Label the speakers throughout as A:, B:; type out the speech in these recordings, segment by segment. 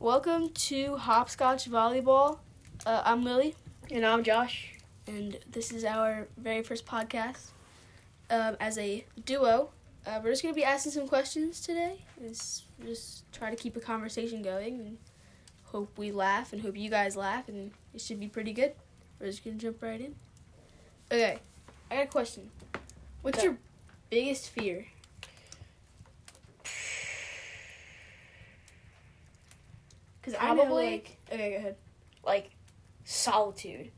A: Welcome to Hopscotch Volleyball. Uh, I'm Lily,
B: And I'm Josh.
A: and this is our very first podcast um, as a duo. Uh, we're just going to be asking some questions today. It's just try to keep a conversation going and hope we laugh and hope you guys laugh, and it should be pretty good. We're just going to jump right in. Okay, I got a question. What's
B: Okay.
A: your biggest fear? Because I know,
B: Probably-
A: like, okay, go ahead.
B: Like solitude.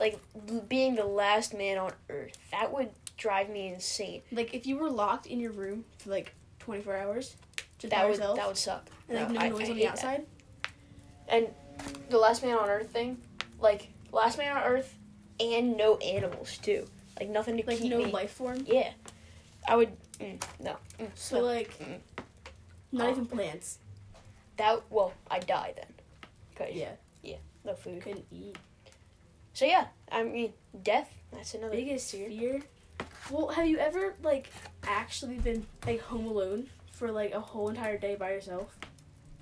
B: Like l- being the last man on earth. That would drive me insane.
A: Like if you were locked in your room for like 24 hours, just by
B: That would
A: yourself,
B: that would suck.
A: and like
B: No,
A: no,
B: I- I
A: noise on
B: hate
A: the
B: that.
A: outside.
B: And the last man on earth thing, like last man on earth and no animals too. Like nothing to
A: Like
B: keep
A: no
B: me.
A: life form.
B: Yeah. I would mm, no. Mm,
A: So
B: no.
A: like,
B: Mm.
A: not
B: Oh.
A: even plants.
B: that well, I die then. Cause
A: Yeah,
B: no food.
A: couldn't eat.
B: So yeah, I mean death. That's another
A: Biggest
B: fear.
A: fear. Well, have you ever like actually been like home alone for like a whole entire day by yourself?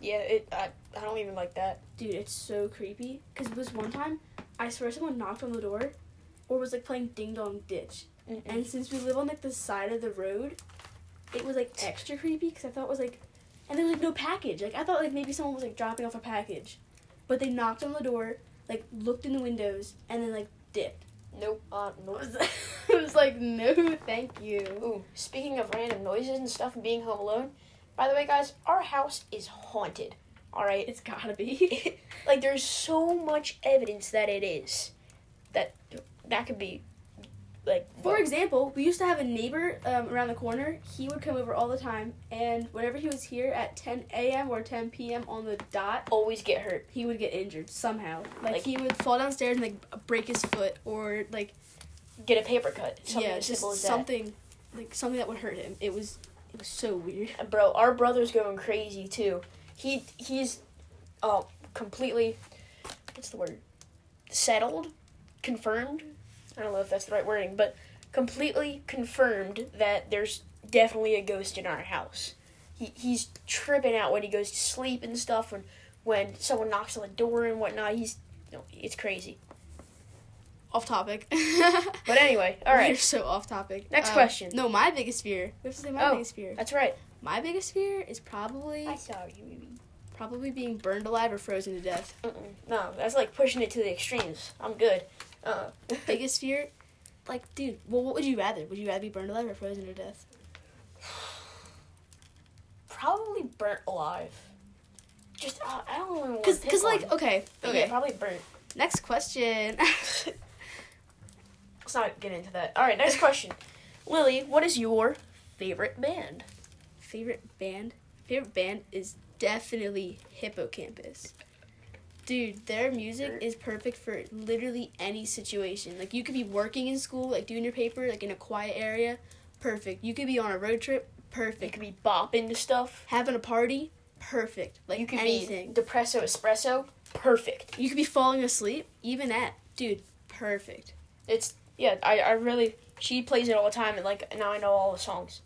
B: Yeah, it. I, I don't even like that.
A: Dude, it's so creepy. Cause it was one time, I swear someone knocked on the door, or was like playing ding dong ditch. And since we live on like the side of the road, it was like extra creepy because I thought it was like, and there was like no package. Like I thought like maybe someone was like dropping off a package, but they knocked on the door, like looked in the windows, and then like dipped.
B: Nope. Uh,
A: I
B: nope.
A: was, I was like, no, thank you.
B: Ooh, speaking of random noises and stuff and being home alone, by the way, guys, our house is haunted. All right.
A: It's gotta be.
B: like there's so much evidence that it is. That that could be, like.
A: For
B: well,
A: example, we used to have a neighbor um, around the corner. He would come over all the time, and whenever he was here at 10 a.m. or 10 p.m. on the dot,
B: always get hurt.
A: he would get injured somehow. Like,
B: Like-
A: he would fall downstairs and like break his foot or like
B: Get a paper cut. Something
A: yeah,
B: as
A: just
B: simple as that.
A: something like something that would hurt him. It was it was so weird.
B: And bro, our brother's going crazy too. He he's uh completely what's the word? Settled? Confirmed? I don't know if that's the right wording, but completely confirmed that there's definitely a ghost in our house. He he's tripping out when he goes to sleep and stuff when when someone knocks on the door and whatnot. He's no, it's crazy.
A: Off topic.
B: But anyway, all
A: You're
B: right.
A: so off topic. Uh,
B: Next question.
A: No, my biggest fear. We have to say my
B: Oh.
A: biggest fear.
B: That's right.
A: My biggest fear is probably
B: saw you.
A: probably being burned alive or frozen to death.
B: Mm-mm. No, that's like pushing it to the extremes. I'm good. Uh,
A: biggest fear, like dude. Well, what would you rather? Would you rather be burned alive or frozen to death?
B: Probably burnt alive. Just uh, I don't even want
A: Cause,
B: to pick
A: cause like
B: one.
A: okay,
B: But
A: okay.
B: yeah, probably burnt.
A: Next question.
B: Let's not get into that. All right, next question. Lily, what is your favorite band?
A: favorite band favorite band is definitely hippocampus dude their music is perfect for literally any situation like you could be working in school like doing your paper like in a quiet area perfect you could be on a road trip
B: You
A: perfect
B: could be bopping to stuff.
A: having a party perfect like
B: You could
A: anything
B: be depresso espresso. Perfect.
A: you could be falling asleep even at dude perfect
B: It's yeah. I I really she plays it all the time and like now I know all the songs.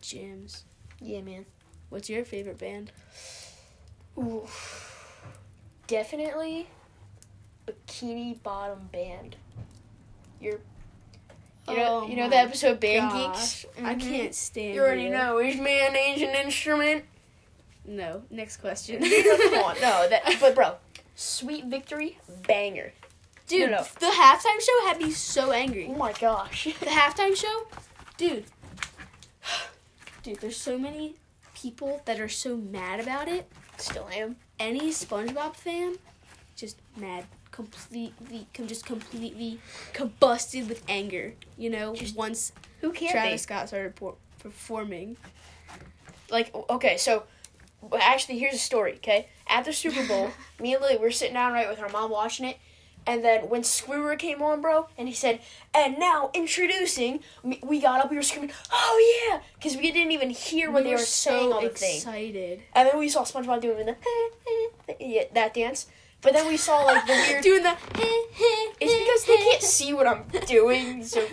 A: jams
B: Yeah, man.
A: what's your favorite band
B: Ooh. Definitely bikini bottom band. You're you know,
A: Oh
B: you know
A: my
B: the episode Band
A: gosh,
B: Geeks?
A: i
B: Mhm.
A: can't stand
B: You already know. Is man an instrument?
A: no next question
B: Come on, no, that. But bro, Sweet Victory, banger.
A: Dude,
B: No, no.
A: the halftime show had me so
B: Oh
A: angry.
B: my gosh.
A: The halftime show, dude, dude, there's so many people that are so mad about it.
B: Still am.
A: Any SpongeBob fan, just mad, completely, com- just completely combusted with anger. You know,
B: Just-
A: once
B: Who can't
A: Travis Scott started por- performing.
B: be? Like, okay, so well, actually, here's a story. Okay, at the Super Bowl, me and Lily were sitting down right with our mom watching it, and then when Squidward came on, bro, and he said, "And now introducing," we we got up, we were screaming, "Oh yeah!" Because we didn't even hear what
A: We
B: they were saying
A: so
B: on the thing.
A: excited.
B: And then we saw SpongeBob doing the yeah, that dance. But then we saw like the weird.
A: doing the.
B: It's because they can't see what I'm doing, so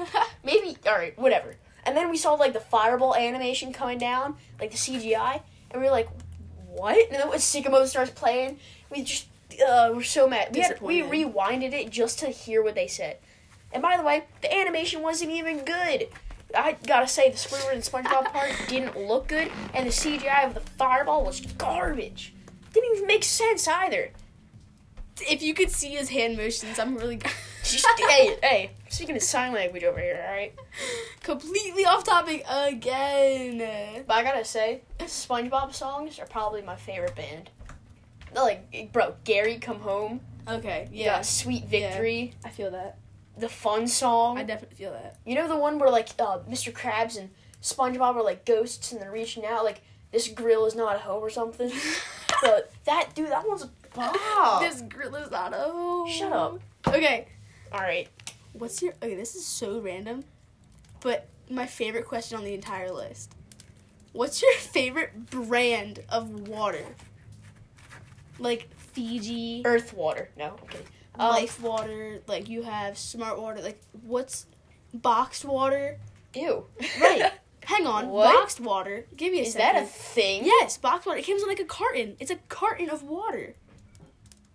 B: maybe all right, whatever. And then we saw like the fireball animation coming down, like the CGI, and we were like, what? And then when Sycamore starts playing, we just uh, we're so mad. We, had, we
A: Disappointed.
B: rewinded it just to hear what they said. And by the way, the animation wasn't even good. I gotta say, the Squidward and SpongeBob part didn't look good, and the CGI of the fireball was garbage. Didn't even make sense either.
A: If you could see his hand motions, I'm really
B: Just, hey, hey, speaking of sign language over here, alright?
A: completely off topic again.
B: But I gotta say, SpongeBob songs are probably my favorite band. They're Like, bro, Gary, come home.
A: Okay,
B: You
A: yeah,
B: got Sweet
A: Yeah.
B: Victory.
A: I feel that.
B: The fun song.
A: I definitely feel that.
B: you know the one where, like, uh, Mr. Krabs and SpongeBob are, like, ghosts and they're reaching out, like, this grill is not home or something? but that, dude, that one's a bomb.
A: This grill is not oh.
B: Ah. Shut up.
A: Okay,
B: Alright.
A: what's your? Okay, this is so random, but my favorite question on the entire list. What's your favorite brand of water? Like Fiji,
B: Earth Water. No, I'm kidding. Um,
A: Life Water. Like you have Smart Water. Like what's boxed water?
B: Ew.
A: Right. Hang on,
B: What?
A: boxed water. Give me a
B: is
A: second.
B: that a thing?
A: Yes, box water. It comes in like a carton. It's a carton of water.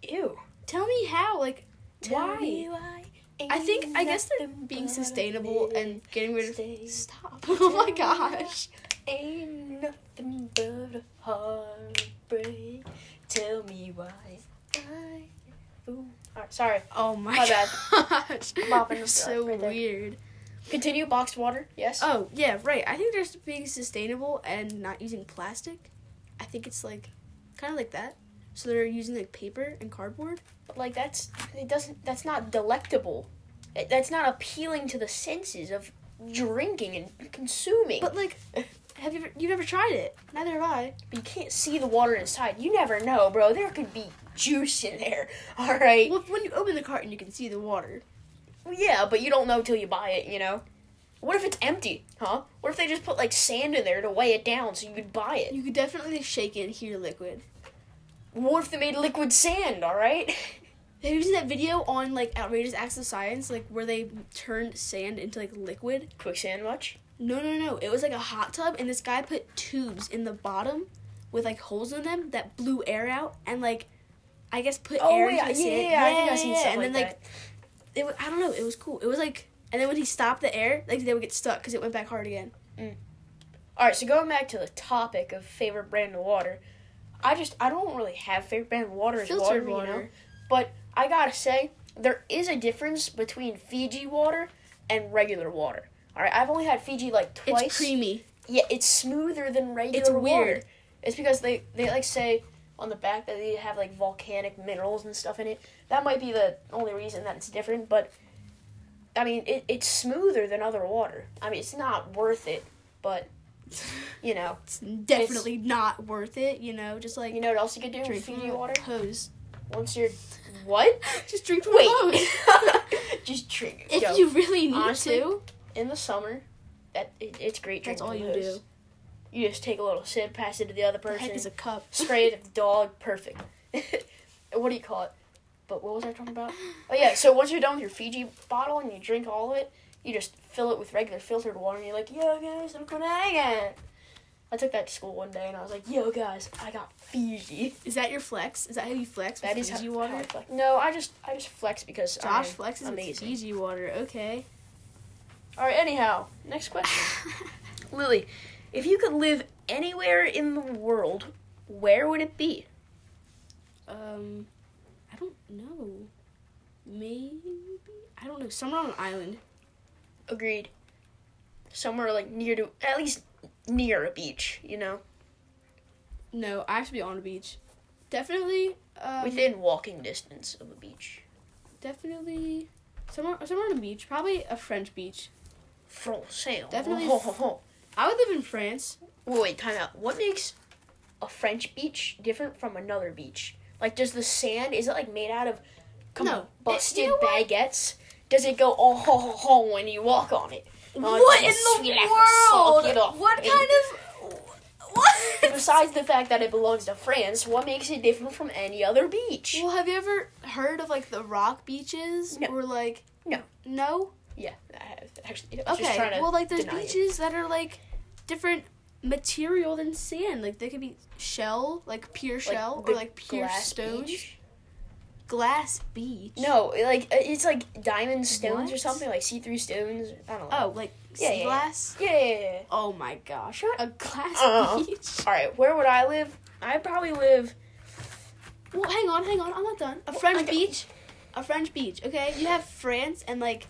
B: Ew.
A: Tell me how, like, why? I think I guess they're being sustainable and getting rid of.
B: Stay.
A: Stop! Oh my gosh!
B: Ain't nothing but a heartbreak. Tell me why I. Ooh. Alright, sorry.
A: Oh my,
B: My bad.
A: gosh!
B: Bopping
A: You're
B: the
A: so
B: stuff right there.
A: weird.
B: Continue boxed water. Yes.
A: Oh yeah, right. I think they're just being sustainable and not using plastic. I think it's like, kind of like that. So they're using like paper and cardboard.
B: But, like that's it doesn't that's not delectable. That- That's not appealing to the senses of drinking and consuming.
A: But like, have you ever, you've never tried it? Neither have I.
B: But you can't see the water inside. You never know, bro. There could be juice in there. All right.
A: Well, when you open the carton, you can see the water.
B: yeah, but you don't know till you buy it. You know. What if it's empty? Huh? What if they just put like sand in there to weigh it down so you could buy it?
A: You could definitely shake it and hear liquid.
B: What if they made liquid sand? All right.
A: Have you seen that video on like outrageous acts of science, like where they turned sand into like liquid?
B: Quicksand much?
A: No, no, no. It was like a hot tub, and this guy put tubes in the bottom with like holes in them that blew air out, and like I guess put
B: Oh
A: air
B: yeah,
A: into the
B: yeah,
A: sand.
B: yeah, I think I've seen
A: yeah,
B: something
A: And then
B: like,
A: like it was, I don't know. It was cool. It was like, and then when he stopped the air, like they would get stuck because it went back hard again.
B: All right, so going back to the topic of favorite brand of water, I just I don't really have favorite brand of water. as water,
A: Filtered
B: you know?
A: water.
B: But I gotta say, there is a difference between Fiji water and regular water. All right, I've only had Fiji like twice.
A: It's creamy.
B: Yeah, it's smoother than regular
A: It's
B: water.
A: weird.
B: It's because they they like say on the back that they have like volcanic minerals and stuff in it. That might be the only reason that it's different, but I mean, it, it's smoother than other water. I mean, it's not worth it, but you know,
A: It's definitely not worth it. You know, just like
B: you know what else you could do with
A: drinking
B: Fiji water?
A: hose.
B: Once you're what?
A: Just drink from a
B: Wait,
A: hose.
B: just drink. it.
A: if
B: Yo,
A: you really need
B: honestly,
A: to,
B: in the summer, that it, it's great.
A: that's
B: drinking
A: all
B: from
A: you
B: those.
A: do.
B: You just take a little sip, pass it to the other
A: The
B: person.
A: heck is a cup.
B: spray it at the dog, perfect. what do you call it? But what was I talking about? Oh yeah, so once you're done with your Fiji bottle and you drink all of it, you just fill it with regular filtered water and you're like, yo guys, I'm gonna hang it. I took that to school one day and I was like, yo guys, I got Fiji.
A: Is that your flex? Is that how you flex?
B: That
A: with
B: is how,
A: Fiji
B: how I
A: water.
B: flex. No, I just I just flex because
A: Josh
B: I'm
A: flexes with
B: amazing.
A: Fiji water. Okay.
B: Alright, anyhow, next question. Lily, if you could live anywhere in the world, where would it be?
A: um, I don't know. Maybe I don't know. Somewhere on an island.
B: Agreed. Somewhere like near to at least near a beach, you know,
A: No, I have to be on a beach. Definitely. Um,
B: within walking distance of a beach.
A: Definitely. Somewhere, somewhere on a beach. Probably a French beach.
B: Francais.
A: Definitely
B: Oh, Ho,
A: f-
B: ho, ho.
A: I would live in France.
B: Wait, wait, time out. What makes a French beach different from another beach? Like, does the sand is it like made out of
A: No.
B: busted
A: You know what?
B: baguettes? Does it go oh ho ho ho when you walk on it? Oh,
A: what in
B: it's sweet
A: the
B: like a sock, you know.
A: world? What
B: Hey.
A: kind of what?
B: Besides the fact that it belongs to France, what makes it different from any other beach?
A: Well, have you ever heard of like the rock beaches
B: No.
A: or like
B: No.
A: No?
B: Yeah, I have actually. I was just
A: Okay.
B: trying to
A: Well, like there's
B: deny it.
A: beaches that are like different material than sand. Like they could be shell, like pure shell, or
B: the
A: like pure
B: glass
A: stone.
B: beach?
A: Glass beach.
B: No, like uh, it's like diamond stones or
A: What?
B: something, like see-through stones. I don't
A: Oh,
B: know.
A: like
B: Yeah,
A: sea
B: yeah, yeah.
A: glass.
B: Yeah, yeah, yeah, yeah.
A: Oh my gosh,
B: Shut
A: a glass
B: up.
A: beach.
B: All right, where would I live? I'd probably live.
A: Well, hang on, hang on. I'm not done. A
B: Well,
A: French
B: I got-
A: beach. A French beach. Okay, you have France and like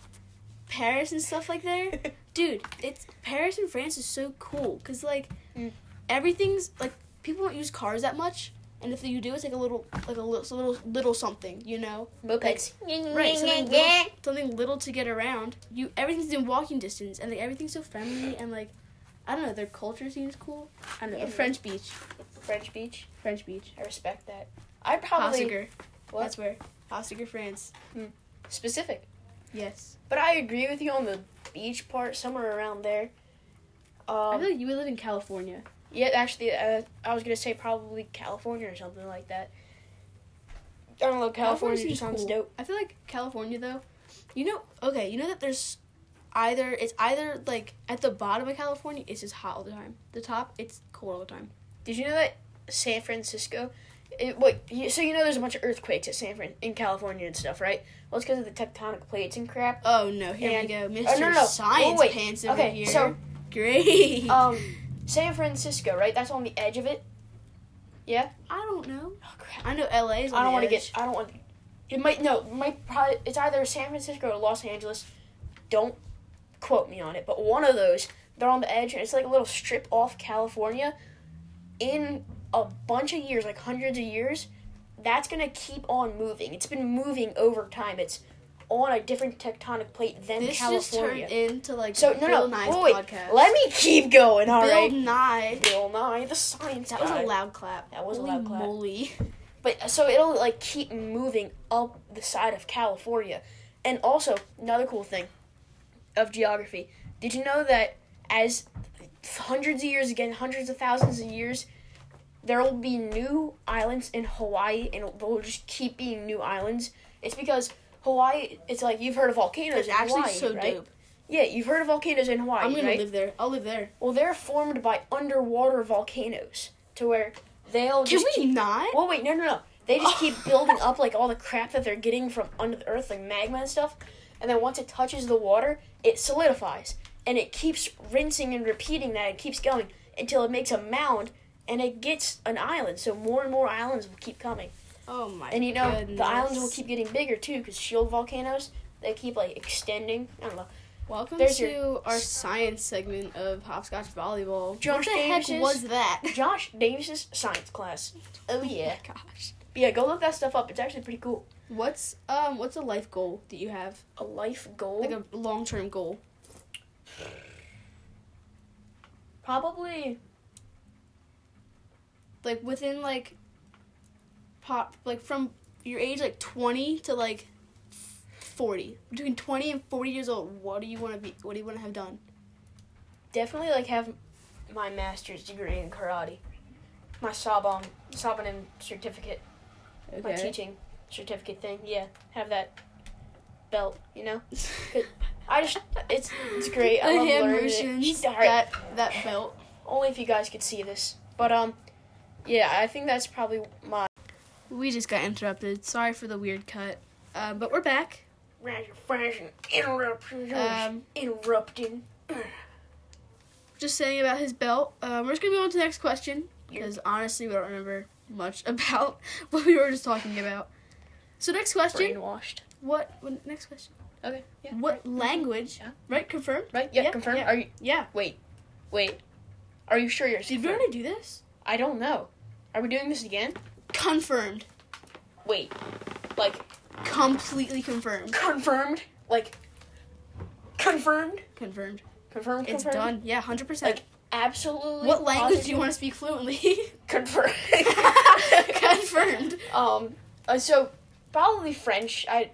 A: Paris and stuff like there. Dude, it's Paris and France is so cool because like
B: Mm.
A: everything's like people don't use cars that much, and if you do, it's like a little like a little little, little something, you know,
B: Mopeds.
A: Right, something little, something little to get around. You everything's in walking distance, and like everything's so friendly and like I don't know, their culture seems cool. I don't know,
B: Yeah.
A: a French beach,
B: French beach.
A: French beach,
B: I respect that. I'd probably
A: Hossiger.
B: What?
A: That's where Hossiger, France.
B: specific.
A: Yes,
B: But I agree with you on the beach part, somewhere around there.
A: I
B: Um,
A: feel like you would live in California.
B: yeah, actually, uh, I was gonna say probably California or something like that. I don't know. California,
A: seems
B: sounds
A: cool.
B: dope.
A: I feel like California though, you know, okay, you know that there's either it's either like at the bottom of California it's just hot all the time. The top it's cold all the time.
B: Did you know that San Francisco? It, wait, you, so you know there's a bunch of earthquakes at San Fran in California and stuff, right? Well, it's because of the tectonic plates and crap.
A: Oh no, here
B: And-
A: we go, Mr.
B: no, no, no.
A: Science
B: Oh, wait.
A: Pants over
B: Okay,
A: here.
B: so
A: Great.
B: um, San Francisco, right? That's on the edge of it. Yeah.
A: I don't know.
B: Oh crap.
A: I know LA's.
B: I don't
A: want to
B: get. I don't want. It might no. It might probably. It's either San Francisco or Los Angeles. Don't quote me on it, but one of those. They're on the edge, and it's like a little strip off California. In a bunch of years, like hundreds of years, that's gonna keep on moving. It's been moving over time. It's on a different tectonic plate than
A: This just turned
B: California.
A: into like
B: so no,
A: Bill
B: no.
A: Nye's
B: wait,
A: podcast.
B: let me keep going. All
A: Bill
B: right.
A: Nye.
B: Bill Nye, the science
A: That was
B: guy.
A: a loud clap.
B: That was a
A: Holy
B: loud clap.
A: Moly.
B: But uh, so it'll like keep moving up the side of California. And also, another cool thing of geography. Did you know that as hundreds of years again, hundreds of thousands of years, there will be new islands in Hawaii and there will just keep being new islands? It's because Hawaii, it's like you've heard of volcanoes
A: It's
B: in
A: actually
B: Hawaii,
A: so
B: right?
A: dope.
B: Yeah, you've heard of volcanoes in Hawaii,
A: I'm gonna
B: right?
A: live there. I'll live there.
B: well, they're formed by underwater volcanoes to where they'll
A: Can
B: just
A: we
B: keep
A: not?
B: well, wait, no, no, no. They just keep building up like all the crap that they're getting from under the earth, like magma and stuff. And then once it touches the water, it solidifies, and it keeps rinsing and repeating that. It keeps going until it makes a mound, and it gets an island. So more and more islands will keep coming,
A: Oh my.
B: and you know
A: goodness.
B: the islands will keep getting bigger too, because shield volcanoes they keep like extending. I don't know.
A: Welcome
B: There's
A: to
B: your-
A: our science segment of hopscotch volleyball. what
B: Josh
A: the
B: Davis's-
A: heck was that?
B: Josh Davis's science class. Oh yeah,
A: Oh my gosh.
B: But yeah. Go look that stuff up. It's actually pretty cool.
A: What's um what's a life goal that you have?
B: A life goal,
A: Like a long term goal.
B: probably.
A: like within like pop like from your age like 20 to like 40 between 20 and 40 years old what do you want to be what do you want to have done
B: definitely like have my master's degree in karate, my Saban Sabanin certificate, my teaching certificate thing. Yeah, have that belt. You know, I just it's it's great.
A: the
B: I love
A: hand
B: learning
A: motions
B: it. All right,
A: that that belt
B: Only if you guys could see this, but um, yeah, I think that's probably my.
A: we just got interrupted sorry for the weird cut um, but we're back
B: Um, Interrupting.
A: Um,
B: interrupting.
A: just saying about his belt um, we're just gonna move on to the next question because honestly we don't remember much about what we were just talking about so next question
B: Brainwashed.
A: what, what next question
B: Okay. Yeah.
A: what language
B: Yeah.
A: right confirm
B: Right. Yeah.
A: Yeah,
B: confirmed.
A: yeah.
B: Are you?
A: yeah
B: Wait. Wait. Are you sure you're?
A: Did we already do this?
B: I don't know. Are we doing this again?
A: Confirmed.
B: Wait. Like
A: Completely confirmed.
B: confirmed. Like confirmed.
A: Confirmed.
B: Confirmed.
A: It's
B: confirmed?
A: done. Yeah, hundred percent.
B: Like absolutely.
A: What language do you
B: positive-
A: want to speak fluently?
B: Confirmed.
A: confirmed.
B: um. uh, so probably French. I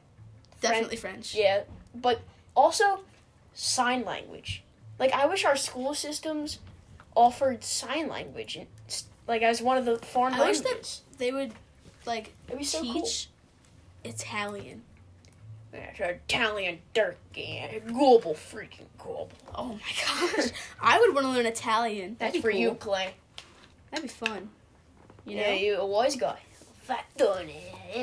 A: Definitely French.
B: yeah. But also sign language. Like I wish our school systems offered sign language and s- like as one of the foreign
A: I wish
B: languages.
A: that they would like
B: It'd be so cool.
A: teach Italian.
B: It's Italian turkey. Gobble, freaking gobble.
A: Oh my gosh. I would want to learn Italian. That'd
B: That's
A: be
B: for
A: cool.
B: you, Clay.
A: That'd be fun. You know?
B: Yeah, you a wise guy. Fat done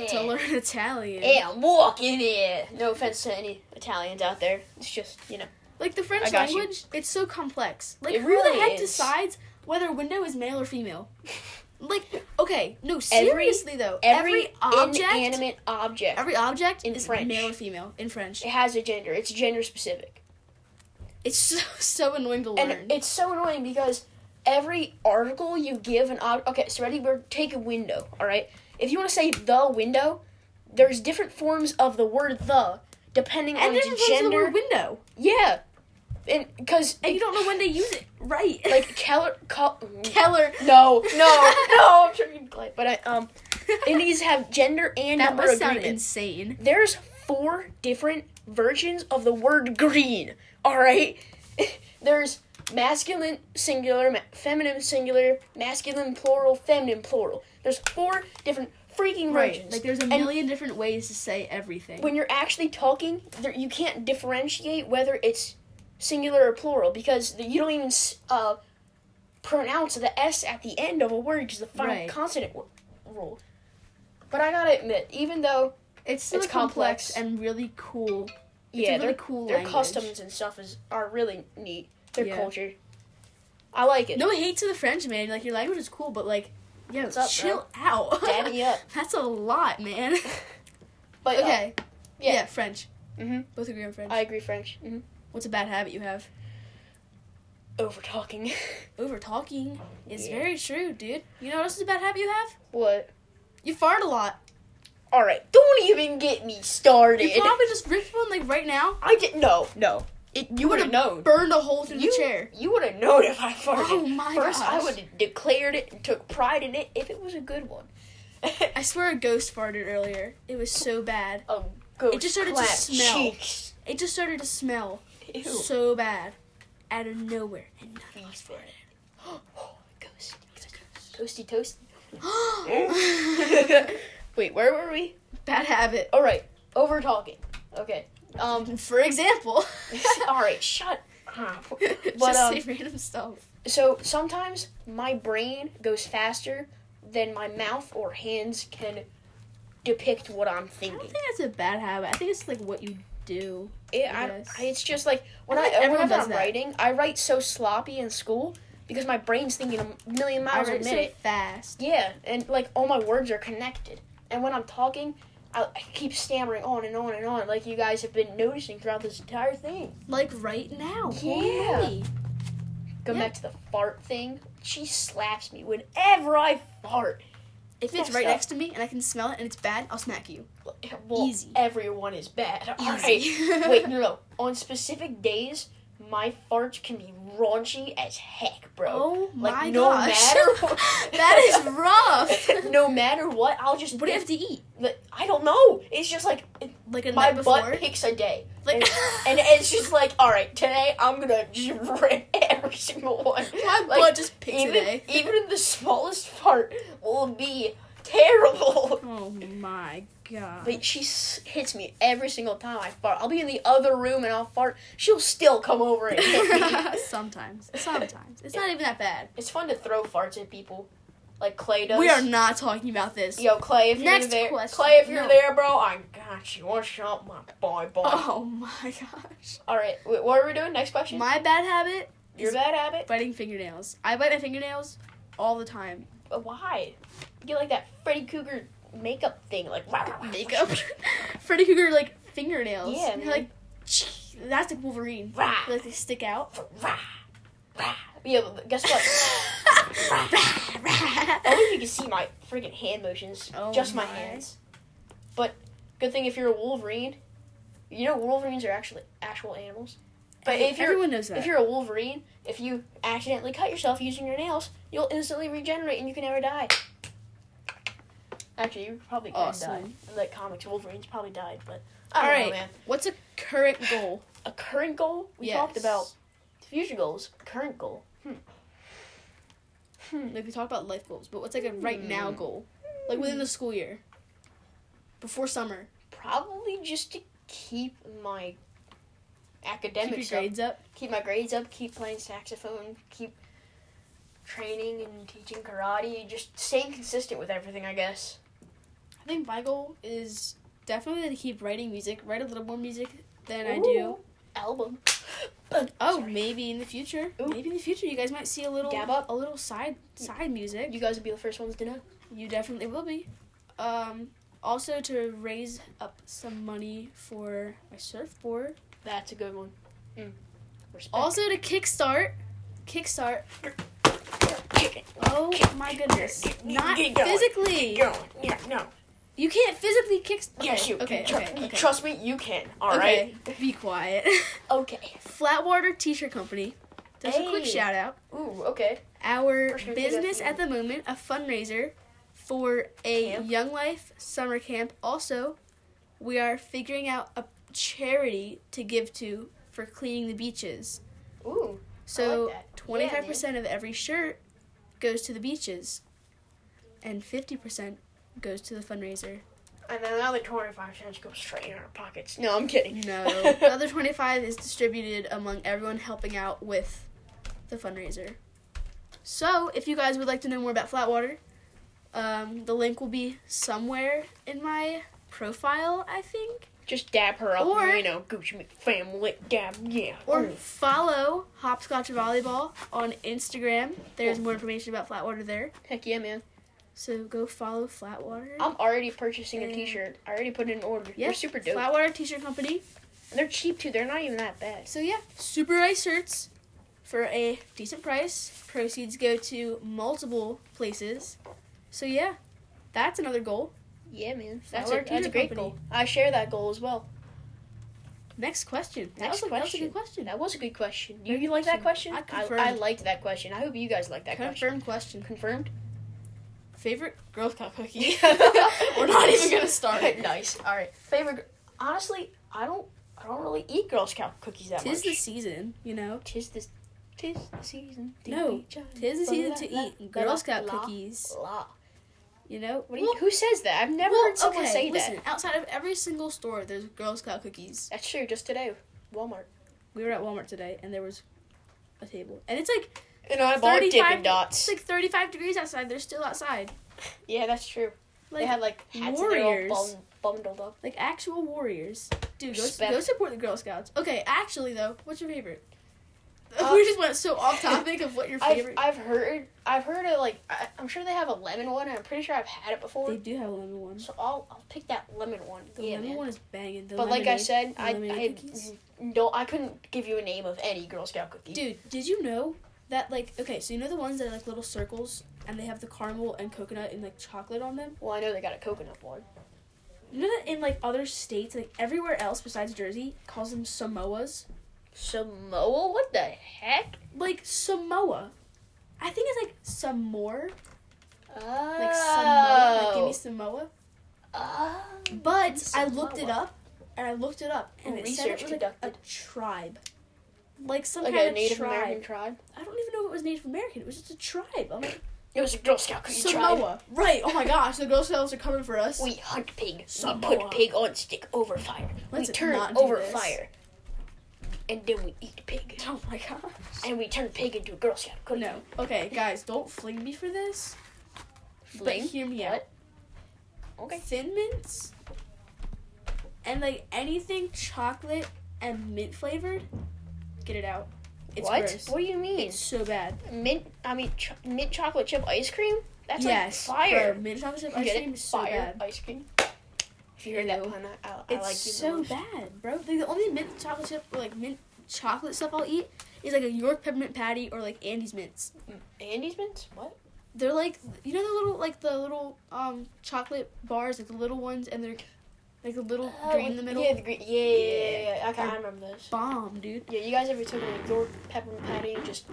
A: To learn Italian.
B: Yeah, I'm walking it. No offense to any Italians out there. It's just you know.
A: Like the
B: I
A: French
B: got you.
A: language, it's so complex. Like
B: It
A: who
B: really
A: the heck
B: is.
A: decides whether a window is male or female? Like, okay, no,
B: Every-
A: seriously though. Every, object
B: inanimate object.
A: every object
B: in
A: is
B: French.
A: male or female in French.
B: it has a gender. It's gender specific.
A: It's so so annoying to learn.
B: And it's so annoying because every article you give an ob- okay, so ready? We're take a window, all right. If you want to say the window, there's different forms of the word the depending
A: and
B: on
A: different
B: the
A: forms of the
B: gender.
A: word window.
B: yeah, and because
A: And you don't know when they use it. Right.
B: like Keller, Col-
A: Keller.
B: no, no, no. I'm sure you glad, but I um, and these have gender and
A: that
B: number
A: must sound
B: agreement.
A: insane.
B: there's four different versions of the word green. All right, there's masculine singular, ma- feminine singular, masculine plural, feminine plural. There's four different freaking
A: Right.
B: versions.
A: Like there's a million different ways to say everything.
B: When you're actually talking, there, you can't differentiate whether it's singular or plural because you don't even s- uh, pronounce the s at the end of a word because the final
A: Right.
B: consonant w- rule. But I gotta admit, even though
A: it's so
B: it's
A: complex.
B: complex.
A: and really cool. It's
B: yeah,
A: a really
B: they're
A: cool
B: Their
A: language.
B: customs and stuff is are really neat. Their
A: Yeah.
B: culture. I like it.
A: No hate to the French, man. Like your language is cool, but like, yo,
B: What's up,
A: chill
B: bro?
A: out.
B: Dab me up.
A: That's a lot, man.
B: But okay.
A: okay. Mm-hmm.
B: yeah.
A: yeah. French.
B: hmm
A: Both agree on French.
B: I agree, French. hmm
A: What's a bad habit you have?
B: Over talking.
A: Over talking. It's
B: Yeah.
A: very true, dude. You know what else is a bad habit you have?
B: what?
A: You fart a lot.
B: All right. Don't even get me started.
A: You probably just ripped one like right now.
B: I did no, no. It, you would have known.
A: Burned a hole through
B: You
A: the chair.
B: You would have known if I farted.
A: Oh my
B: First, I
A: gosh.
B: would have declared it and took pride in it if it was a good one.
A: I swear a ghost farted earlier. It was so bad.
B: oh, ghost.
A: just started to
B: clapped
A: smell.
B: Cheeks.
A: It just started to smell
B: Ew.
A: so bad. Out of nowhere. And none of us
B: Please
A: farted.
B: oh, ghost.
A: It's a
B: Toasty toast.
A: ghost.
B: Wait, where were we?
A: bad habit.
B: All right, over talking. Okay. Um.
A: For example.
B: all right, shut. up. But
A: Just
B: um,
A: say random stuff.
B: so sometimes my brain goes faster than my mouth or hands can depict what I'm
A: I don't
B: thinking.
A: think that's a bad habit. I think it's like what you do.
B: It, I,
A: Yes.
B: I- it's just like when
A: I
B: I,
A: think everyone
B: whenever
A: does
B: I'm
A: that.
B: writing, I write so sloppy in school because my brain's thinking a million
A: I
B: miles a
A: write
B: minute.
A: so fast.
B: Yeah, and like all my words are connected. And when I'm talking, I, I keep stammering on and on and on, like you guys have been noticing throughout this entire thing.
A: Like right now.
B: Yeah.
A: Holy.
B: Going
A: Yeah.
B: back to the fart thing, she slaps me whenever I fart.
A: If it's
B: Messed
A: right
B: up.
A: next to me and I can smell it and it's bad, I'll smack you.
B: Well,
A: Easy.
B: everyone is bad. All right.
A: Easy.
B: Wait, no, no. On specific days, my farts can be raunchy as heck, bro.
A: Oh
B: Like,
A: my
B: no
A: gosh.
B: matter what-
A: that is rough.
B: no matter what, I'll just.
A: What do you have to eat?
B: Like, I don't know. It's just like
A: Like a
B: my
A: night before?
B: butt picks a day.
A: like,
B: And it's just like, all right, today I'm gonna just rip every single one.
A: my
B: Like,
A: butt just picks
B: even,
A: a day.
B: even the smallest fart will be terrible.
A: Oh my god.
B: But she s- hits me every single time I fart. I'll be in the other room and I'll fart. She'll still come over and hit me.
A: sometimes. Sometimes. It's not even that bad.
B: it's fun to throw farts at people, like Clay does.
A: We are not talking about this.
B: Yo, Clay, if
A: Next
B: you're there,
A: question.
B: Clay, if you're
A: No.
B: there, bro, I got you. What's up, my boy, boy?
A: Oh my gosh.
B: All right, wait, what are we doing? Next question.
A: My bad habit
B: Your bad habit.
A: biting fingernails. I bite my fingernails all the time.
B: But why? You get like that Freddy Cougar makeup thing, like
A: Makeup. Freddy Cougar like fingernails.
B: Yeah,
A: You're
B: man.
A: like that's like Wolverine.
B: Rah.
A: They, Like they stick out.
B: Rah, rah. Yeah, but guess what? I wish you could see my freaking hand motions.
A: Oh
B: just my,
A: my.
B: hands. But good thing if you're a wolverine, you know wolverines are actually actual animals. But if you're
A: everyone knows that.
B: if you're a wolverine, if you accidentally cut yourself using your nails, you'll instantly regenerate and you can never die. Actually, you probably could die.
A: Awesome.
B: In the comics, Wolverine's probably died, but
A: all
B: I don't
A: right.
B: know, man.
A: What's a current goal?
B: A current goal? We
A: Yes.
B: talked about future goals. Current goal.
A: Like we talk about life goals, but what's like a right now goal? Like within the school year. Before summer.
B: Probably just to keep my
A: Keep
B: academics
A: your grades up.
B: up, keep my grades up, keep playing saxophone, keep training and teaching karate, just staying consistent with everything, I guess.
A: I think my goal is definitely to keep writing music, write a little more music than I do.
B: Album.
A: Oh,
B: Sorry.
A: maybe in the future.
B: Ooh.
A: Maybe in the future, you guys might see a little
B: Gab up.
A: a little side side music.
B: You guys would be the first ones to know.
A: You definitely will be. Um, also to raise up some money for my surfboard.
B: That's a good one. Mm. Respect.
A: Also to kickstart, kickstart.
B: Chicken.
A: Oh my goodness! Not
B: Get going.
A: physically.
B: Go on. Yeah, no.
A: You can't physically kickstart.
B: Yes, you
A: Okay,
B: can.
A: okay,
B: Tru-
A: okay.
B: Trust me, you can. All right.
A: okay. Be quiet.
B: Okay.
A: Flatwater T-shirt Company. Just a quick
B: Hey.
A: shout out.
B: Ooh, okay.
A: Our
B: First, we did
A: business
B: that.
A: at the moment, a fundraiser for a
B: Camp.
A: Young Life summer camp. Also, we are figuring out a charity to give to for cleaning the beaches.
B: Ooh.
A: So
B: like that.
A: twenty
B: Yeah,
A: five
B: dude.
A: percent of every shirt goes to the beaches, and fifty percent goes to the fundraiser.
B: And then the other 25 cents go straight in our pockets. No, I'm kidding.
A: No, the other twenty five is distributed among everyone helping out with the fundraiser. So if you guys would like to know more about Flatwater, um, the link will be somewhere in my profile, I think,
B: Just dab her up,
A: Or-
B: you know, Gucci McFamily, dab, yeah. Mm.
A: or
B: Ooh.
A: follow Hopscotch Volleyball on Instagram. There's more information about Flatwater there.
B: heck yeah, man.
A: So go follow Flatwater.
B: I'm already purchasing a
A: And-
B: t-shirt. I already put in an order.
A: Yeah,
B: They're super dope.
A: Flatwater T-shirt company.
B: And They're cheap too. They're not even that bad.
A: So yeah, super nice shirts for a decent price. Proceeds go to multiple places. So yeah, that's another goal.
B: Yeah, man. That's
A: Flower
B: a, that's a
A: T-shirt
B: great
A: company.
B: goal. I share that goal as well.
A: Next question. That
B: Next
A: was a, that was a good question.
B: That was a good question. You, you like that question?
A: I confirmed.
B: I, liked that question. I hope you guys like that
A: Confirmed question.
B: question. Confirmed?
A: Favorite Girl Scout cookie.
B: We're
A: We're not even gonna start.
B: nice. All right. Favorite. gr- Honestly, I don't. I don't really eat Girl Scout cookies that
A: Tis
B: much.
A: the season, you know.
B: Tis the. Tis the season. to
A: No,
B: eat giant-
A: Tis the
B: la,
A: season
B: la,
A: to
B: la, la,
A: eat Girl
B: la,
A: Scout
B: la,
A: cookies.
B: la.
A: You know.
B: What do you, who says that? I've never
A: Well,
B: heard someone say
A: listen,
B: that.
A: Outside of every single store, there's Girl Scout cookies.
B: That's true. Just today, Walmart.
A: We were at Walmart today, and there was a table, and it's like
B: And I bought
A: 35
B: Dippin' Dots.
A: It's like 35 degrees outside. They're still outside.
B: Yeah, that's true.
A: Like
B: they had like hats and they're all
A: warriors.
B: bum, bundled up.
A: like actual warriors. Dude, go,
B: Respect.
A: go support the Girl Scouts. Okay, actually though, what's your favorite?
B: Uh,
A: we just went so off topic of what your
B: I've,
A: favorite.
B: I've heard I've heard of like I, I'm sure they have a lemon one. and I'm pretty sure I've had it before.
A: they do have a lemon one.
B: So I'll I'll pick that lemon one.
A: The
B: yeah,
A: lemon
B: man.
A: one is banging. The
B: But like I
A: lemonade-
B: said,
A: the
B: I
A: lemonade
B: I
A: cookies.
B: no I couldn't give you a name of any Girl Scout cookie.
A: dude, did you know that like okay, so you know the ones that are like little circles and they have the caramel and coconut and like chocolate on them.
B: Well, I know they got a coconut one.
A: You know that in like other states, like everywhere else besides Jersey, calls them Samoas.
B: Samoa, what the heck?
A: Like Samoa, I think it's like some more.
B: Oh.
A: like Samoa, like give me Samoa.
B: Oh.
A: But I
B: Samoa.
A: looked it up, and I looked it up, and
B: Ooh,
A: it said it
B: research
A: was like a
B: conducted.
A: tribe, like some
B: Um, like
A: kind
B: a
A: of
B: Native
A: tribe.
B: American tribe.
A: I don't even know if it was Native American. It was just a tribe. I'm like
B: It was a Girl Scout cookie tribe.
A: Samoa, right? Oh my gosh, the Girl Scouts are coming for us.
B: We hunt pig. We
A: Samoa.
B: put pig on stick over fire.
A: Let's
B: we turn
A: not do
B: over
A: this.
B: fire. And then we eat pig.
A: Oh my gosh.
B: And we turn pig into a Girl Scout cookie.
A: No. Okay, guys, don't fling me for this.
B: Fling?
A: But hear me
B: What?
A: out.
B: Okay.
A: Thin mints and like anything chocolate and mint flavored, get it out. It's
B: what?
A: gross.
B: What do you mean?
A: It's so bad.
B: mint. I mean, ch- mint chocolate chip ice cream. That's
A: yes,
B: like fire.
A: Bro, mint chocolate chip
B: You
A: ice
B: get it?
A: cream is so
B: fire
A: bad.
B: ice cream. If you heard that
A: Ew.
B: pun, I, I, I
A: It's
B: like you the
A: so
B: most.
A: bad, bro. Like, the only mint chocolate chip or like mint chocolate stuff I'll eat is like a York peppermint patty or like Andy's mints.
B: Andy's mints. What?
A: They're like you know the little like the little um chocolate bars, like the little ones, and they're like the little green in the middle.
B: Oh, Yeah, the green. Yeah, yeah, yeah.
A: Yeah.
B: yeah, yeah. Okay, I
A: Or-
B: remember those.
A: Bomb, dude.
B: Yeah, you guys ever took a York peppermint patty and just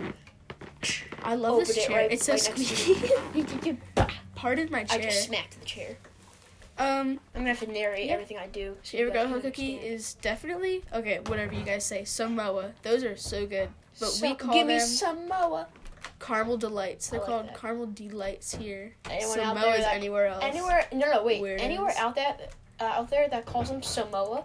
A: I love
B: Opened
A: this
B: Oh, it
A: chair.
B: right-
A: it's so
B: right next to
A: squeaky. Pardon my
B: I
A: chair.
B: just smacked the chair.
A: um,
B: I'm gonna have to narrate
A: Yeah.
B: everything I do. so you
A: favorite
B: guys
A: girl
B: can
A: cookie
B: understand.
A: is definitely okay. Whatever you guys say, Samoa. Those are so good, but we
B: So-
A: call
B: give
A: them.
B: me Samoa.
A: Caramel delights. They're
B: I like
A: called
B: that.
A: caramel delights here.
B: Anyone
A: Samoa
B: out there
A: is
B: that
A: anywhere else.
B: Anywhere? No, no, wait.
A: Weirdos.
B: Anywhere out there, uh, out there that calls them Samoa,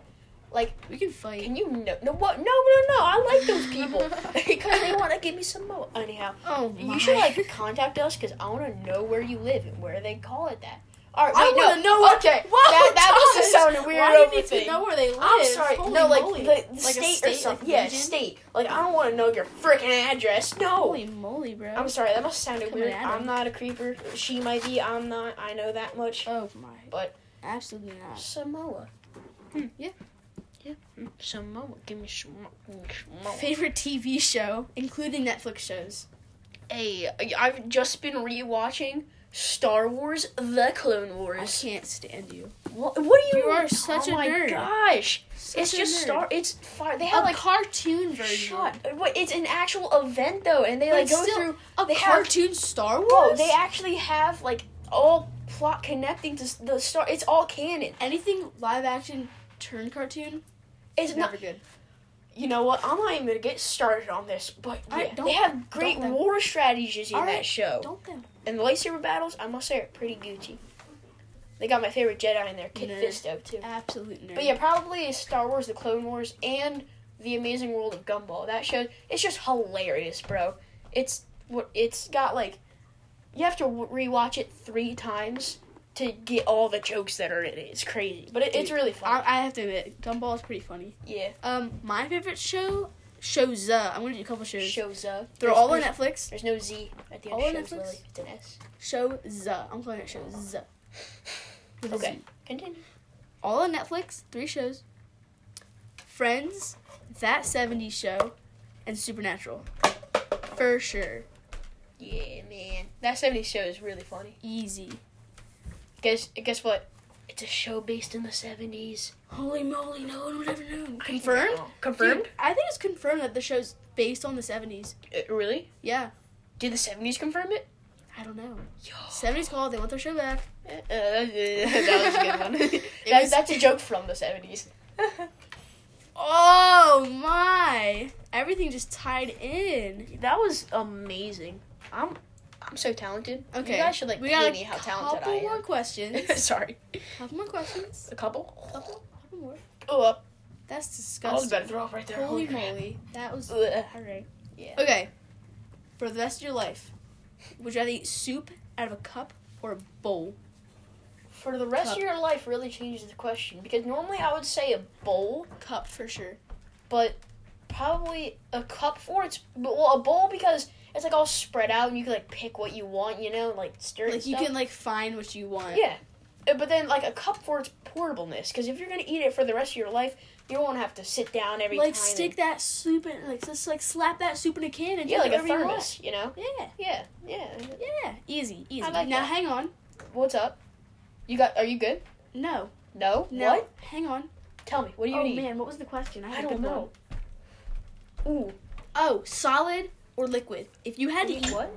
B: Like,
A: We can fight.
B: can you no no what no no no? I like those people because they want to give me some mo. Anyhow,
A: Oh my.
B: you should like contact us because I want to know where you live and where they call it that. All right,
A: I
B: wait, no,
A: wanna know what-
B: okay,
A: Whoa,
B: that that
A: Thomas,
B: must have sounded weird.
A: Why do you
B: over
A: need
B: thing.
A: to know where they live?
B: I'm sorry.
A: Holy
B: no, like
A: moly.
B: the, the
A: Like a
B: state, or
A: state,
B: something.
A: like,
B: yeah,
A: region?
B: state. Like I don't want to know your freaking address. No.
A: Holy moly, bro.
B: oh. I'm sorry. That must have sounded
A: Coming
B: weird.
A: at 'em.
B: I'm not a creeper. She might be. I'm not. I know that much.
A: oh my.
B: But-
A: absolutely not.
B: Samoa.
A: Hmm, yeah.
B: Samoa. Give me Samoa. Give me Samoa.
A: Favorite TV show, including Netflix shows.
B: Hey, I've just been rewatching Star Wars: The Clone
A: I
B: Wars.
A: can't stand you.
B: What, what are you?
A: You are such
B: oh
A: a
B: my
A: nerd.
B: gosh!
A: Such
B: it's
A: a
B: just
A: nerd.
B: Star. It's far. They
A: A
B: have like
A: cartoon version.
B: shut. Wait, It's an actual event though, and they
A: But
B: like
A: it's
B: go
A: still
B: through.
A: A
B: they have-
A: cartoon Star Wars.
B: Whoa! They actually have like all plot connecting to s- the star. It's all canon.
A: anything live action turn cartoon
B: It's
A: is
B: not.
A: never good.
B: You know what? I'm not even gonna get started on this, but
A: I-
B: yeah,
A: don't-
B: they have great
A: don't-
B: war strategies in
A: All
B: that
A: right,
B: show.
A: Don't them.
B: And the lightsaber battles, I must say, are pretty Gucci. They got my favorite Jedi in there, Kid
A: Nerd.
B: Fisto, too.
A: Absolute nerd.
B: But yeah, probably Star Wars, The Clone Wars, and The Amazing World of Gumball. That show, it's just hilarious, bro. It's what it's got like, you have to w- rewatch it three times to get all the jokes that are in it. It's crazy, but it, it's
A: Dude,
B: really fun.
A: I, I have to admit, Gumball is pretty funny.
B: yeah,
A: Um, my favorite show, shows. Uh, I'm gonna do a couple shows.
B: shows up.
A: They're all on Netflix.
B: There's no Z at the end.
A: All on
B: of shows,
A: Netflix?
B: Lily. It's an S.
A: Shows. I'm calling it shows. With a Z.
B: Okay. Continue.
A: All on Netflix. Three shows. Friends, That 70s Show, and Supernatural. For sure.
B: Yeah, man. That 70s show is really funny.
A: Easy.
B: Guess guess what? It's a show based in the 70s.
A: Holy moly, no one would ever know.
B: I
A: Confirmed?
B: know. Confirmed?
A: Dude, I think it's confirmed that the show's based on the 70s.
B: Uh, really?
A: Yeah.
B: Did the 70s confirm it?
A: I don't know.
B: Yo.
A: 70s called. They want their show back.
B: Uh, uh, that was a good one.
A: It
B: that,
A: was-
B: That's a joke from the 70s.
A: Oh my! Everything just tied in.
B: that was amazing. I'm I'm so talented.
A: Okay.
B: You guys should like
A: we
B: pay
A: got
B: me
A: a
B: how
A: couple
B: talented I
A: more
B: am.
A: questions.
B: Sorry.
A: couple more questions.
B: A couple?
A: Couple, couple more.
B: Oh, uh,
A: That's
B: I was
A: disgusting.
B: about to throw up right there.
A: Holy
B: crap.
A: moly! That was
B: Ugh.
A: alright.
B: Yeah.
A: Okay. For the rest of your life, would you rather eat soup out of a cup or a bowl?
B: For the rest
A: Cup.
B: of your life really changes the question because normally I would say a bowl
A: Cup for sure.
B: but probably a cup for it's but well a bowl because it's like all spread out and you can like pick what you want, you know, like stir it.
A: Like you can like find what you want.
B: yeah. Uh, But then like a cup for its portableness because if you're gonna eat it for the rest of your life, you won't have to sit down every
A: Like
B: time.
A: stick that soup in, like just like slap that soup in a can and
B: and, yeah,
A: do
B: like a
A: whatever you want.
B: thermos, you know.
A: Yeah,
B: Yeah, yeah.
A: yeah. Easy, easy.
B: I like
A: now
B: that.
A: hang on.
B: What's up? You got? Are you good?
A: No,
B: No.
A: no.
B: What?
A: Hang on.
B: Tell me. What do you
A: oh
B: need?
A: man, what was the question?
B: I
A: had a good
B: don't know. Ooh.
A: one. Oh, solid or liquid? If you had to
B: you
A: eat,
B: what?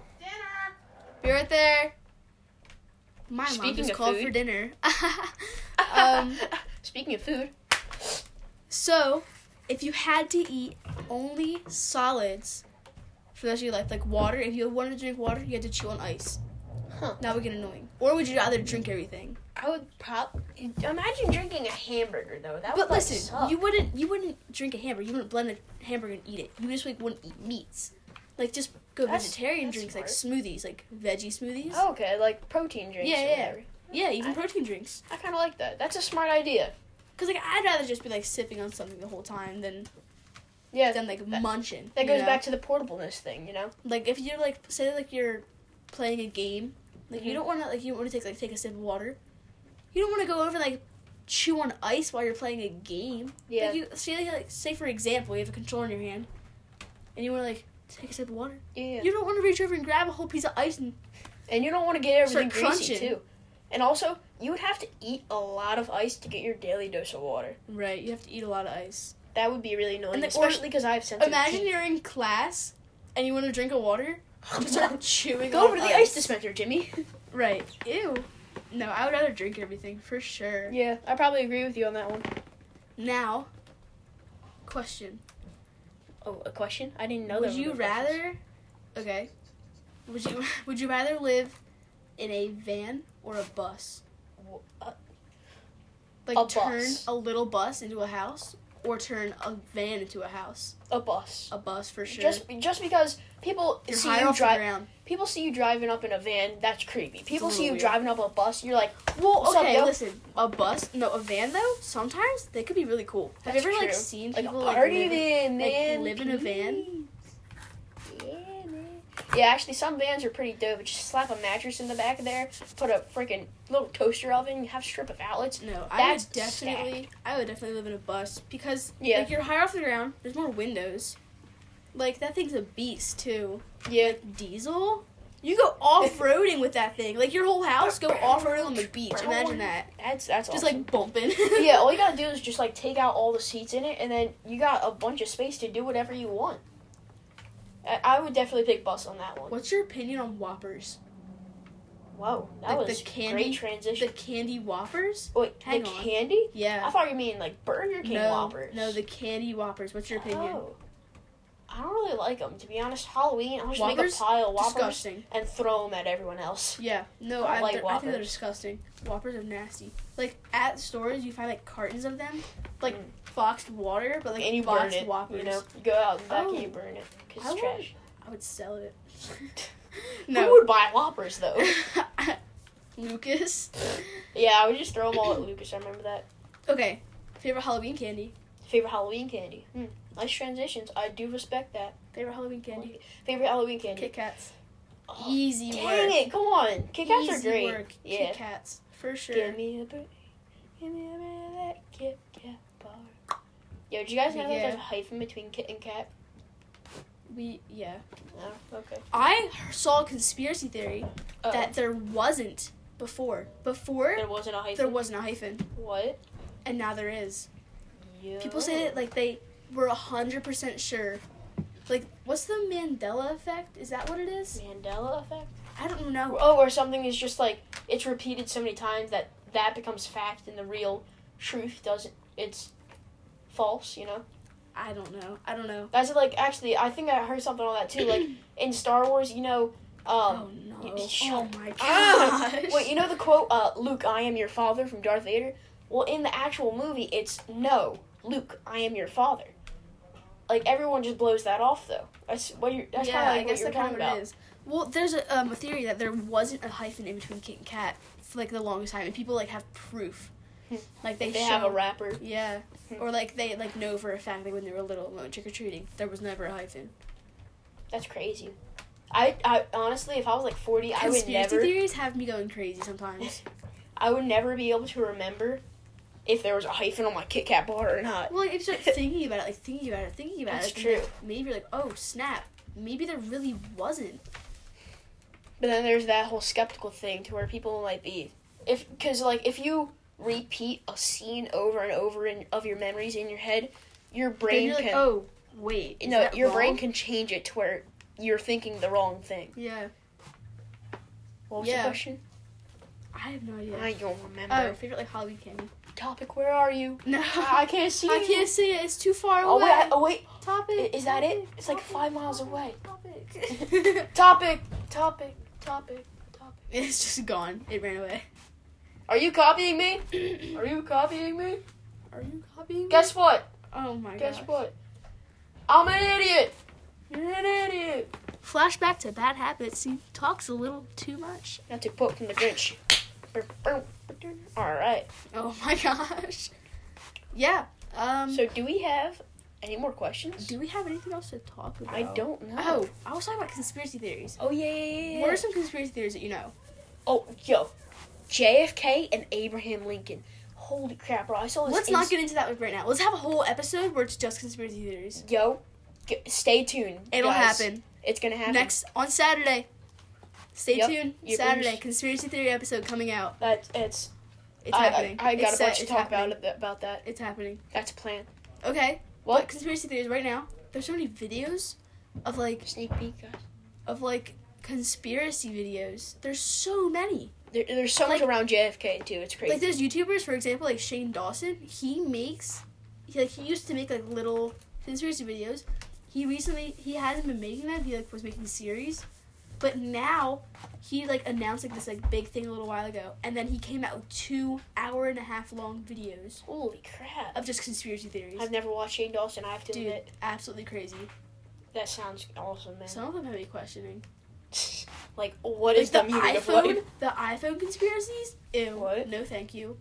A: be right there. My mom
B: Speaking
A: just
B: of
A: called for
B: food.
A: dinner. Um,
B: Speaking of food,
A: so, if you had to eat only solids for the rest of your life, like water, if you wanted to drink water, you had to chew on ice.
B: Huh.
A: That would get annoying. Or would you rather drink everything?
B: I would probably imagine drinking a hamburger though. That
A: But
B: would like,
A: listen,
B: suck.
A: you wouldn't you wouldn't drink a hamburger. You wouldn't blend a hamburger and eat it. You just like wouldn't eat meats. Like just go
B: That's-
A: vegetarian
B: that's
A: drinks like smoothies, like veggie smoothies.
B: Oh, okay, like protein drinks.
A: Yeah,
B: or
A: yeah.
B: Whatever.
A: Yeah, even
B: I-
A: protein drinks.
B: I kind of like that. That's a smart idea.
A: Cause like I'd rather just be like sipping on something the whole time than
B: Yeah,
A: than like
B: that-
A: munching.
B: that
A: you
B: goes
A: know?
B: back to the portableness thing, you know.
A: like if you're like say like you're playing a game, like you
B: Mhm.
A: don't want to like you don't want to take like take a sip of water. You don't want to go over and like chew on ice while you're playing a game.
B: Yeah.
A: Like you say like say for example you have a controller in your hand, and you want to like take a sip of water.
B: yeah.
A: You don't want to reach over and grab a whole piece of ice and
B: and you don't want to get everything
A: Start
B: greasy
A: crunching.
B: too. And also, you would have to eat a lot of ice to get your daily dose of water.
A: right. You have to eat a lot of ice.
B: That would be really annoying,
A: And the- or-
B: especially because I have sensitive
A: Imagine
B: teeth.
A: you're in class and you want to drink a water. Just start chewing.
B: Go
A: on
B: over to the ice dispenser, Jimmy.
A: Right. Ew. No, I would rather drink everything for sure.
B: yeah, I probably agree with you on that one.
A: Now, question:
B: Oh, a question? I didn't know.
A: Would
B: there were
A: you
B: no questions.
A: rather? Okay. Would you Would you rather live in a van or a bus?
B: W- uh,
A: Like
B: A
A: turn
B: bus.
A: a little bus into a house, or turn a van into a house.
B: a bus.
A: A bus for sure.
B: Just just because people
A: You're
B: see
A: high
B: you
A: off the
B: drive,
A: ground.
B: people see you driving up in a van. That's creepy. People see you
A: little weird.
B: driving up a bus. You're like,
A: Well,
B: What's up,
A: okay,
B: yo?
A: listen. A bus, no, a van though. Sometimes they could be really cool. Have you
B: That's
A: ever like
B: true.
A: seen
B: like a
A: people like,
B: party
A: live in-
B: van,
A: like,
B: man.
A: live in a van?
B: please. Yeah, man. Yeah, actually, some vans are pretty dope. Just slap a mattress in the back of there, put a freaking little toaster oven, have strip of outlets.
A: No, I
B: That's
A: would definitely, I would definitely live in a bus because
B: Yeah.
A: like you're higher off the ground. There's more windows. Like that thing's a beast too.
B: Yeah,
A: Diesel. You go off roading with that thing. Like your whole house go off roading on the beach. Imagine that.
B: that's that's
A: Just
B: awesome.
A: like bumping.
B: yeah, all you gotta do is just like take out all the seats in it, and then you got a bunch of space to do whatever you want. I, I would definitely pick bus on that one.
A: What's your opinion on Whoppers?
B: Whoa, that
A: Like the
B: was
A: candy-
B: great transition.
A: The candy Whoppers?
B: Wait,
A: hang
B: the
A: on.
B: candy? I
A: Yeah.
B: thought you mean like Burger King
A: no,
B: Whoppers.
A: no, the candy Whoppers. What's your opinion?
B: Oh. I don't really like them, to be honest. Halloween, I'll just make a
A: Whoppers?
B: pile of Whoppers
A: Disgusting.
B: and throw them at everyone else.
A: Yeah, no,
B: I
A: I,
B: don't like
A: they're- I think they're
B: Whoppers.
A: disgusting. Whoppers are nasty. Like at stores, you find like cartons of them, like
B: Mm.
A: boxed water, but like
B: and you burn
A: boxed
B: it.
A: Whoppers.
B: You know, you go out and back
A: Oh.
B: and you burn it because
A: I
B: it's trash.
A: I would sell it.
B: Who
A: no,
B: would buy Whoppers though?
A: Lucas.
B: yeah, I would just throw them all at Lucas. I remember that.
A: Okay, favorite Halloween candy.
B: Favorite Halloween candy. Hmm. Nice transitions. I do respect that.
A: Favorite Halloween candy.
B: Favorite Halloween candy.
A: Kit Kats.
B: Oh,
A: Easy
B: dang
A: work.
B: it! Come on, Kit Kats are
A: Easy
B: great.
A: Work.
B: Yeah.
A: Kit Kats for sure.
B: Give me a break. Give me a break. That Kit Kat bar. Yo, do you guys know that there's a
A: Yeah.
B: hyphen between kit and cat?
A: We yeah.
B: No. Okay.
A: I saw a conspiracy theory
B: Oh,
A: that there wasn't before. Before
B: there wasn't a hyphen.
A: there wasn't a hyphen,
B: What?
A: and now there is.
B: Yo.
A: People say that like they were hundred percent sure. Like, what's the Mandela effect? Is that what it is?
B: Mandela effect.
A: I don't know.
B: Oh, or something is just like it's repeated so many times that that becomes fact and the real truth doesn't. It's false. You know.
A: I don't know. I don't know.
B: That's like actually. I think I heard something on that too. Like in Star Wars, you know. Um,
A: oh no!
B: you- shut
A: oh my
B: Ah!
A: gosh!
B: Wait, you know the quote, uh, Luke, I am your father from Darth Vader? Well, in the actual movie, it's no, Luke, I am your father. Like everyone just blows that off though. That's what you're. That's
A: yeah,
B: kind
A: I
B: of like
A: guess
B: what you're
A: that's kind
B: talking
A: of what
B: about.
A: it is. Well, there's a, um, a theory that there wasn't a hyphen in between Kit and Cat for like the longest time, and people like have proof.
B: Hmm.
A: Like they,
B: They, they
A: show,
B: have a rapper.
A: Yeah,
B: Hmm.
A: or like they like know for a fact like when they were little and went trick or treating, there was never a hyphen.
B: That's crazy. I, I honestly, if I was like forty, I would
A: Conspiracy
B: never,
A: theories have me going crazy sometimes.
B: I would never be able to remember if there was a hyphen on my Kit Kat bar or not.
A: Well, like, if you start thinking about it, like thinking about it, thinking about
B: That's
A: it, and
B: true.
A: like, maybe you're like, oh snap, maybe there really wasn't.
B: But then there's that whole skeptical thing to where people might be if because like if you repeat a scene over and over in, of your memories in your head, your
A: Then
B: brain
A: you're like,
B: can
A: oh wait, is
B: no
A: that
B: your brain
A: wrong?"
B: can change it to where you're thinking the wrong thing.
A: Yeah,
B: What was
A: Yeah.
B: the question?
A: I have no idea.
B: I don't remember.
A: oh, favorite like Halloween candy.
B: Topic, where are you?
A: No,
B: I
A: I
B: can't see. you.
A: can't see it. It's too far
B: Oh
A: away.
B: wait! I- Oh wait!
A: Topic.
B: i- Is that it?
A: topic,
B: It's like
A: topic,
B: five miles away.
A: Topic.
B: Topic, topic, topic, topic.
A: it's just gone. It ran away.
B: Are you copying me? Are you copying me?
A: Are you copying?
B: Guess what?
A: Oh my
B: Guess
A: gosh.
B: what? I'm an idiot. You're an idiot.
A: Flashback to bad habits. He talks a little too much.
B: That's a quote from the Grinch. All right.
A: Oh my gosh. Yeah. Um.
B: So, do we have any more questions?
A: Do we have anything else to talk about?
B: I don't know.
A: Oh, I was talking about conspiracy theories.
B: Oh yeah, yeah, yeah, yeah.
A: What are some conspiracy theories that you know?
B: oh, yo, JFK and Abraham Lincoln. Holy crap, bro! I saw this.
A: Let's not
B: ins-
A: get into that right now. Let's have a whole episode where it's just conspiracy theories.
B: Yo, g- stay tuned.
A: It'll
B: guys.
A: happen.
B: It's gonna happen.
A: next on Saturday. Stay
B: Yep,
A: tuned.
B: yippers.
A: Saturday conspiracy theory episode coming out.
B: That it's.
A: It's
B: I,
A: happening.
B: I, I got
A: It's
B: a
A: set.
B: bunch to
A: It's
B: talk
A: happening.
B: about it- about that.
A: It's happening.
B: That's a plan.
A: Okay.
B: What?
A: But conspiracy theories right now? There's so many videos of like
B: Sneak peek, guys.
A: of like conspiracy videos. There's so many.
B: There, there's so much
A: Like-
B: around JFK too. It's crazy.
A: Like there's YouTubers, for example, like Shane Dawson. He makes, he, like he used to make like little conspiracy videos. He recently he hasn't been making them. He like was making series, But now he like announced like this like big thing a little while ago, and then he came out with two hour and a half long videos
B: Holy crap.
A: of just conspiracy theories.
B: I've never watched Shane Dawson, I have to
A: Dude,
B: admit.
A: absolutely crazy.
B: That sounds awesome, man.
A: Some of them have me questioning.
B: like,
A: Like
B: what is
A: the
B: the, meaning of
A: iPhone,
B: life?
A: the iPhone conspiracies. Ew.
B: What?
A: No, thank you.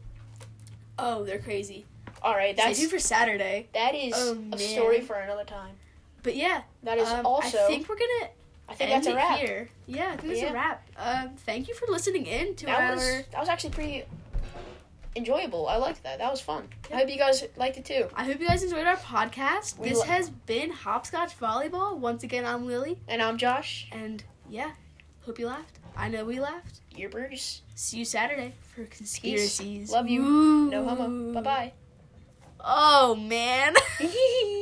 A: Oh, they're crazy.
B: Alright,
A: That's
B: that's
A: due for Saturday.
B: that is
A: Oh,
B: a
A: man.
B: story for another time.
A: But yeah,
B: That is
A: um,
B: also
A: I think we're gonna
B: that's
A: end
B: a
A: it
B: wrap.
A: Here. Yeah, I think that's
B: Yeah.
A: a wrap. Um, thank you for listening in to
B: That
A: our.
B: was that was actually pretty enjoyable. I liked that. That was fun.
A: Yeah.
B: I hope you guys liked it too.
A: I hope you guys enjoyed our podcast.
B: We
A: this
B: lo-
A: has been Hopscotch Volleyball. Once again, I'm Lily,
B: And I'm Josh
A: and yeah, hope you laughed. I know we laughed.
B: Earbruce.
A: See you Saturday for conspiracies.
B: Love you.
A: Woo.
B: No homo. Bye bye.
A: Oh man.